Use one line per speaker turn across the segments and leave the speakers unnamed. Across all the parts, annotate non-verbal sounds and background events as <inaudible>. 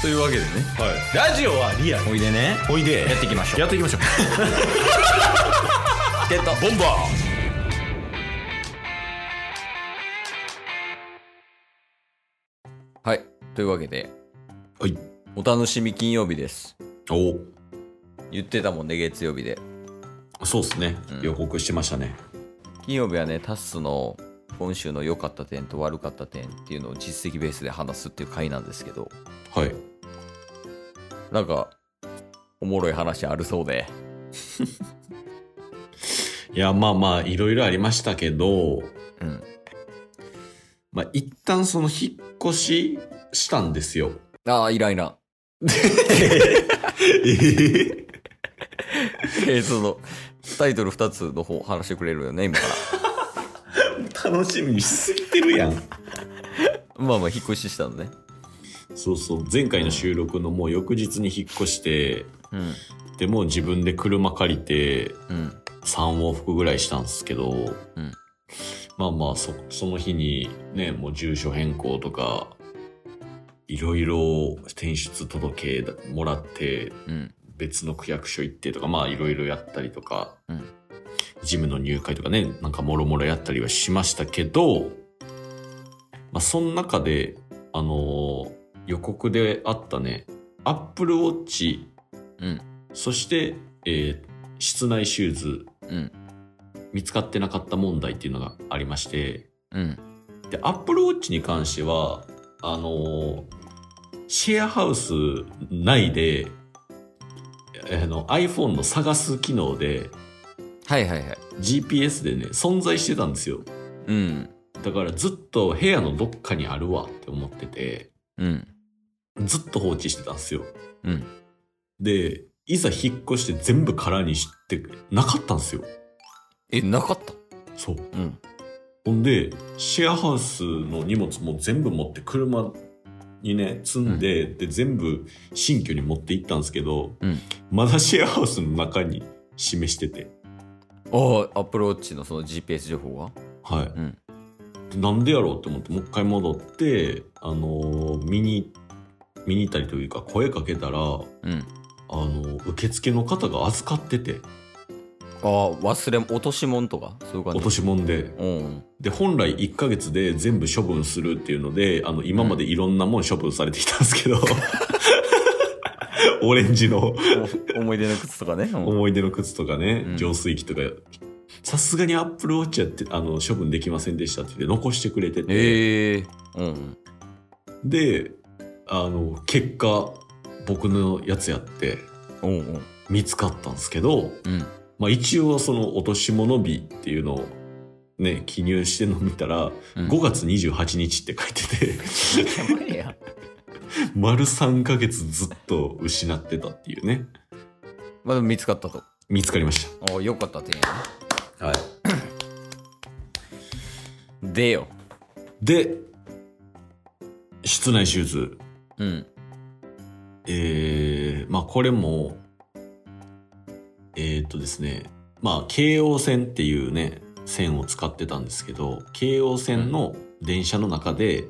というわけでね
はい、ラジオはリアル
おいでね
おいで
やっていきましょう
やっていきましょう
ゲット
ボンバ
はいというわけで
ーはい
お楽しみ金曜日です
お
言ってたもんね月曜日で
そうっすね、
ん
予告してましたね
金曜日はねタッスの今週の良かった点と悪かった点っていうのを実績ベースで話すっていう回なんですけど
はい
なんかおもろい話あるそうで
いやまあまあいろいろありましたけど
うん
まあ一旦その引っ越ししたんですよ
ああイライラ <laughs>
え
えー、そのタイトル2つの方話してくれるよね今か
楽しみにしすぎてるやん
らまあまあ引っ越ししたのね
そうそう前回の収録のもう翌日に引っ越して
うん
でもう自分で車借りて
うん
3往復ぐらいしたんですけど、
うん
まあまあそその日にねもう住所変更とかいろいろ転出届だもらって
うん
別の区役所行ってとかまあいろいろやったりとか、
うん
ジムの入会とかねなんかもろもろやったりはしましたけど、まあ、その中であのー予告であったね Apple Watch
うん
そして、えー室内シューズ
うん
見つかってなかった問題っていうのがありまして
うん
で Apple Watch に関してはあのーシェアハウス内であの iPhone の探す機能で
はいはいはい
GPS でね存在してたんですよ
うん
だからずっと部屋のどっかにあるわって思ってて
うん
ずっと放置してたんですよ
うん
でいざ引っ越して全部空にしてなかったんですよ
えなかった
そう
うん
ほんで、シェアハウスの荷物も全部持って車にね、積んで、で、全部新居に持って行ったんですけど、
うん
まだシェアハウスの中に示してて、
ああアプローチのその GPS 情報は
はい。
うん
でなんでやろうって思って、もう一回戻って、あのー見に、見に行ったりというか声かけたら、あ
う
の
ん
ー受付の方が預かってて、
ああ忘れ落とし物とかそういう感じ
落とし物で。
うん
で、本来1ヶ月で全部処分するっていうので、あの、今までいろんなもん処分されてきたんですけど、 <laughs> オレンジの
お思い出の靴とかねうん
思い出の靴とかね
う、ん
浄水器とか、さすがにアップルウォッチやって、あの、処分できませんでしたって言って残してくれてて、
ええうん
で、あの、結果、僕のやつやって、
うんうん
見つかったんですけど、
うん
まあ一応その落とし物日っていうのをね、記入しての見たら、
うん
5月28日って書いて
やばい
て、
や
丸3ヶ月ずっと失ってたっていうね
まあでも見つかったと
見つかりまし
ああよかった点やな
たはい
でよ
で室内手術
うん
えー、まあこれもえー、っとですねまあ京王線っていうね線を使ってたんですけど京王線の電車の中で、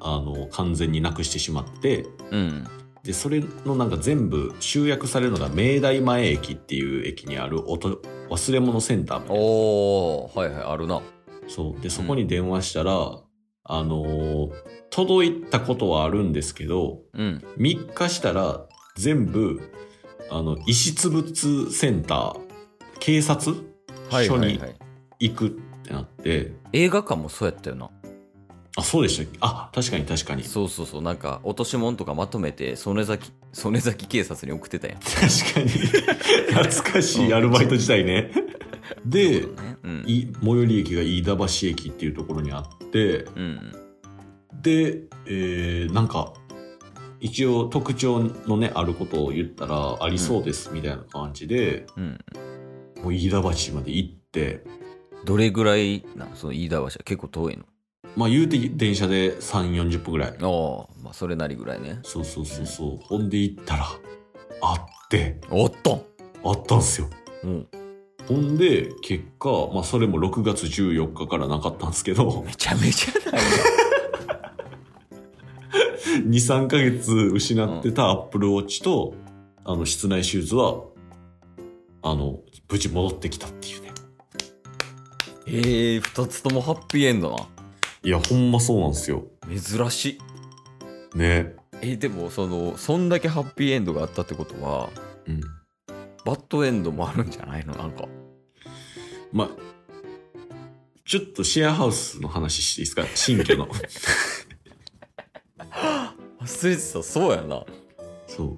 あの完全になくしてしまって
うん
でそれのなんか全部集約されるのが明大前駅っていう駅にあるおと忘れ物センターみたいな
おーはいはいあるな
そう。で、そこに電話したら、あのー届いたことはあるんですけど、
うん
3日したら、全部、あの、遺失物センター、警察署に
はい
行くってなって、
映画館もそうやったよな
あ、そうでしたっけあ、確かに確かに。
そうそうそうなんか落とし物とかまとめて曽根崎曽根崎警察に送ってたやん <laughs>
確かに。懐かしいアルバイト時代ね。で、
ねうん
い最寄り駅が飯田橋駅っていうところにあって、
うん
で、えーなんか一応特徴のねあることを言ったらありそうですみたいな感じで、
うん
もう飯田橋まで行って
どれぐらいなその飯田橋は結構遠いの
まあ言うて電車で3 4 0分ぐらい
ああまあそれなりぐらいね
そうそうそうそうほんで行ったらあって
おっと
あったんすよ
うん
ほんで結果、まあ、それも6月14日からなかったんですけど
めちゃめちゃだよ
2、3ヶ月失ってた Apple Watch と、あの、室内シューズは、あの、無事戻ってきたっていうね。
ええー、2つともハッピーエンドない
や、ほんまそうなんですよ。
珍しい
ね。
えでもそのそんだけハッピーエンドがあったってことは
うん。
バッドエンドもあるんじゃないのなんか
まあ、ちょっとシェアハウスの話していいですか新居の。
忘れてたそうやな
そう。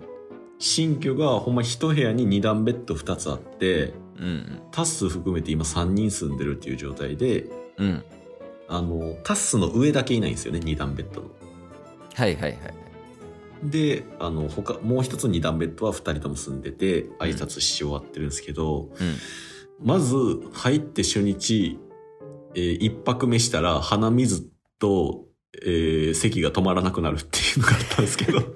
新居がほんま一部屋に2段ベッド2つあって、
うん
タッス含めて今3人住んでるっていう状態で、
うん
あの、タッスの上だけいないんですよね、2段ベッドの。
はいはいはい
で、あの、他、もう一つ2段ベッドは2人とも住んでて、挨拶し終わってるんですけど、まず入って初日、えー一泊目したら鼻水と、えー咳が止まらなくなるっていうのがあったんですけど、
うん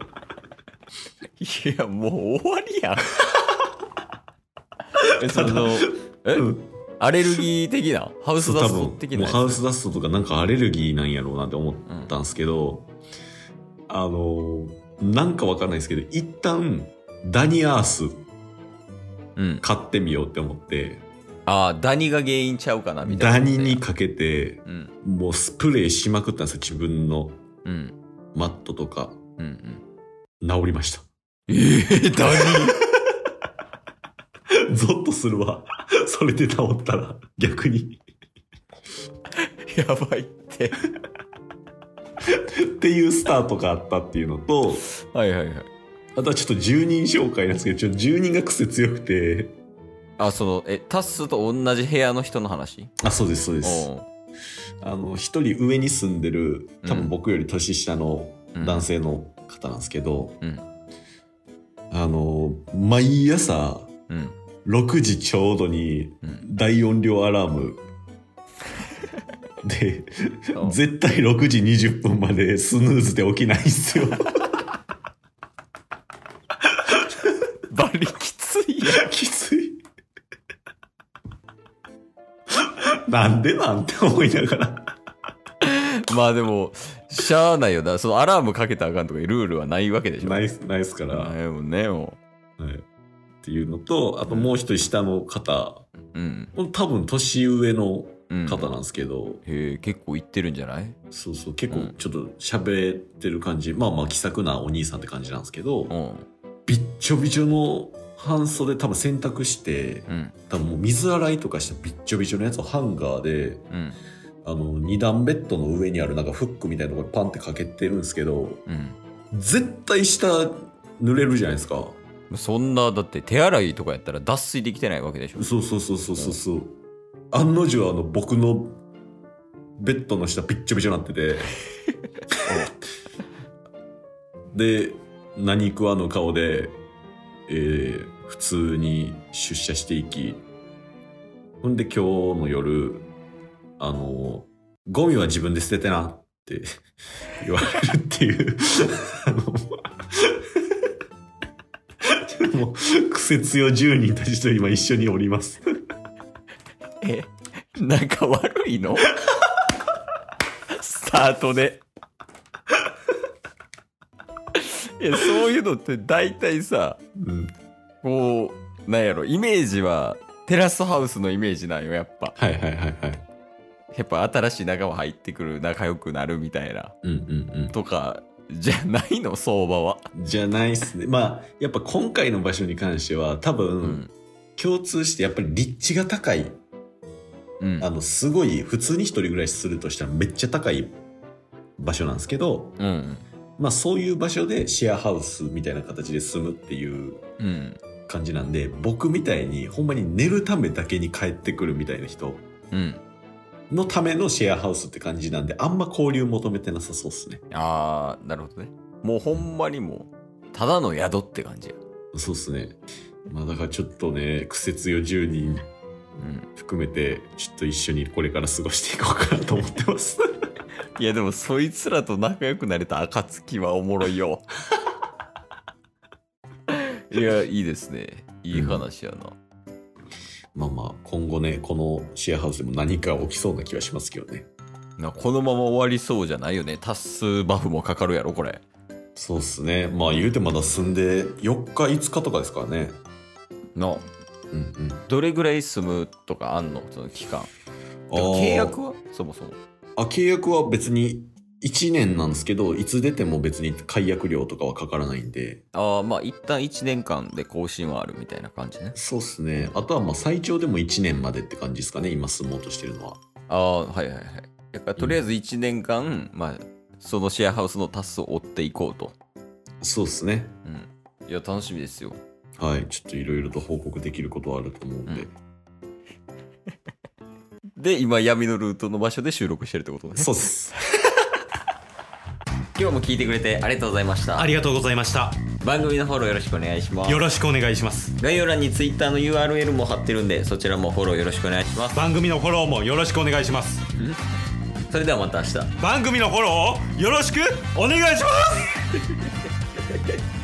いやもう終わりやんえその <laughs> え
うん
アレルギー的なハウスダスト的な
もう
やつ
ハウスダストとかなんかアレルギーなんやろうなって思っ
うん
たんですけど、あのーなんかわかんないですけど、一旦ダニアース
うん、
買ってみようって思って、
ああダニが原因ちゃうかなみたいな
ダニにかけて、
うん
もうスプレーしまくったんですよ、自分の
うん
マットとか。
うんうん
治りました。
ええダニ
<laughs> ゾッとするわ。それで治ったら、逆に。
<laughs> やばいって
っていうスタートがあったっていうのと、
はいはいはい
あとはちょっと住人紹介なんですけど、ちょっと住人が癖強くて、
あそのえタッスと同じ部屋の人の話
あ、そうです、そうです。
おう
あの、一人上に住んでる、多分僕より年下の
うん
男性の方なんですけど、
うん
あの、毎朝、
うん
6時ちょうどに
うん
大音量アラー <laughs> ム。で、
<laughs> おう
絶対6時20分までスヌーズで起きないんですよ。
バリきついや
<laughs> きつい。なんでなんて思いながら。
ん <laughs> まあでもしゃあないよなそのアラームかけたらあかんとかいうルールはないわけでしょ
ないいっす、ないっすから。
な
はい
いもんねも
っていうのと、あともう一人下の方、
ううん
多分年上の
うん
方なんですけど、
へえ結構行ってるんじゃない
そうそう、結構ちょっと喋ってる感じ、まあまあ気さくなお兄さんって感じなんですけど、
うん
びっちょびちょの半袖多分洗濯して
うん
多分もう水洗いとかしたびっちょびちょのやつをハンガーで
うん
あの2段ベッドの上にあるなんかフックみたいなとこにパンってかけてるんですけど
うん
絶対下濡れるじゃないですか
そんなだって手洗いとかやったら脱水できてないわけでしょ
そうそうそうそうそうそう案の定あの僕のベッドの下びっちょびちょになって
<laughs>
てで何食わぬ顔で、えー普通に出社していきほんで今日の夜あのゴミは自分で捨ててなって <laughs> 言われるっていうあ <laughs> のもう癖強10人たちと今一緒におります
えなんか悪いのスタートでいやそういうのって大体さ
うん
こうなんやろイメージはテラスハウスのイメージなんよやっぱ
はいはいはいはい
やっぱ新しい仲間入ってくる仲良くなるみたいな
うんうん
とかじゃないの相場は
うん、じゃないっすねまあやっぱ今回の場所に関しては多分、
うん
共通してやっぱり立地が高い
うん
あのすごい普通に一人暮らしするとしたらめっちゃ高い場所なんですけど、
うん
まあ、そういう場所でシェアハウスみたいな形で住むっていう
うん
感じなんで僕みたいにほんまに寝るためだけに帰ってくるみたいな人
うん
のためのシェアハウスって感じなんであんま交流求めてなさそうっすね
ああなるほどねもうほんまにもうただの宿って感じや
そうっすねまあだからちょっとね苦節よ10人
うん
含めてちょっと一緒にこれから過ごしていこうかなと思ってます
いやでもそいつらと仲良くなれた暁はおもろい <laughs> よ。いや、いいですね。いい話やな。
まあまあ今後ねこのシェアハウスでも何か起きそうな気はしますけどね
なこのまま終わりそうじゃないよね。タッスバフもかかるやろ、これ。
そうっすね。まあ言うてまだ住んで4日5日とかですからね。
の
うんうん。
どれぐらい住むとかあんのその期間
あ
てか
ー
契約はそもそも
あ契約は別に1年なんですけどいつ出ても別に解約料とかはかからないんで
ああまあ一旦1年間で更新はあるみたいな感じね
そうっすねあとはまあ最長でも1年までって感じですかね今住もうとしてるのは
ああはいはいはいだからとりあえず1年間、まあそのシェアハウスのタスを追っていこうと
そうっすね
うんいや楽しみですよ
はいちょっといろいろと報告できることはあると思うんで、
で今闇のルートの場所で収録してるってことね
そうっす
今日も聞いてくれてありがとうございまし
<laughs>
た
ありがとうございました
番組のフォローよろしくお願いします
よろしくお願いします
概要欄に Twitter の URL も貼ってるんでそちらもフォローよろしくお願いします
番組のフォローもよろしくお願いします
それではまた明日
番組のフォローをよろしくお願いします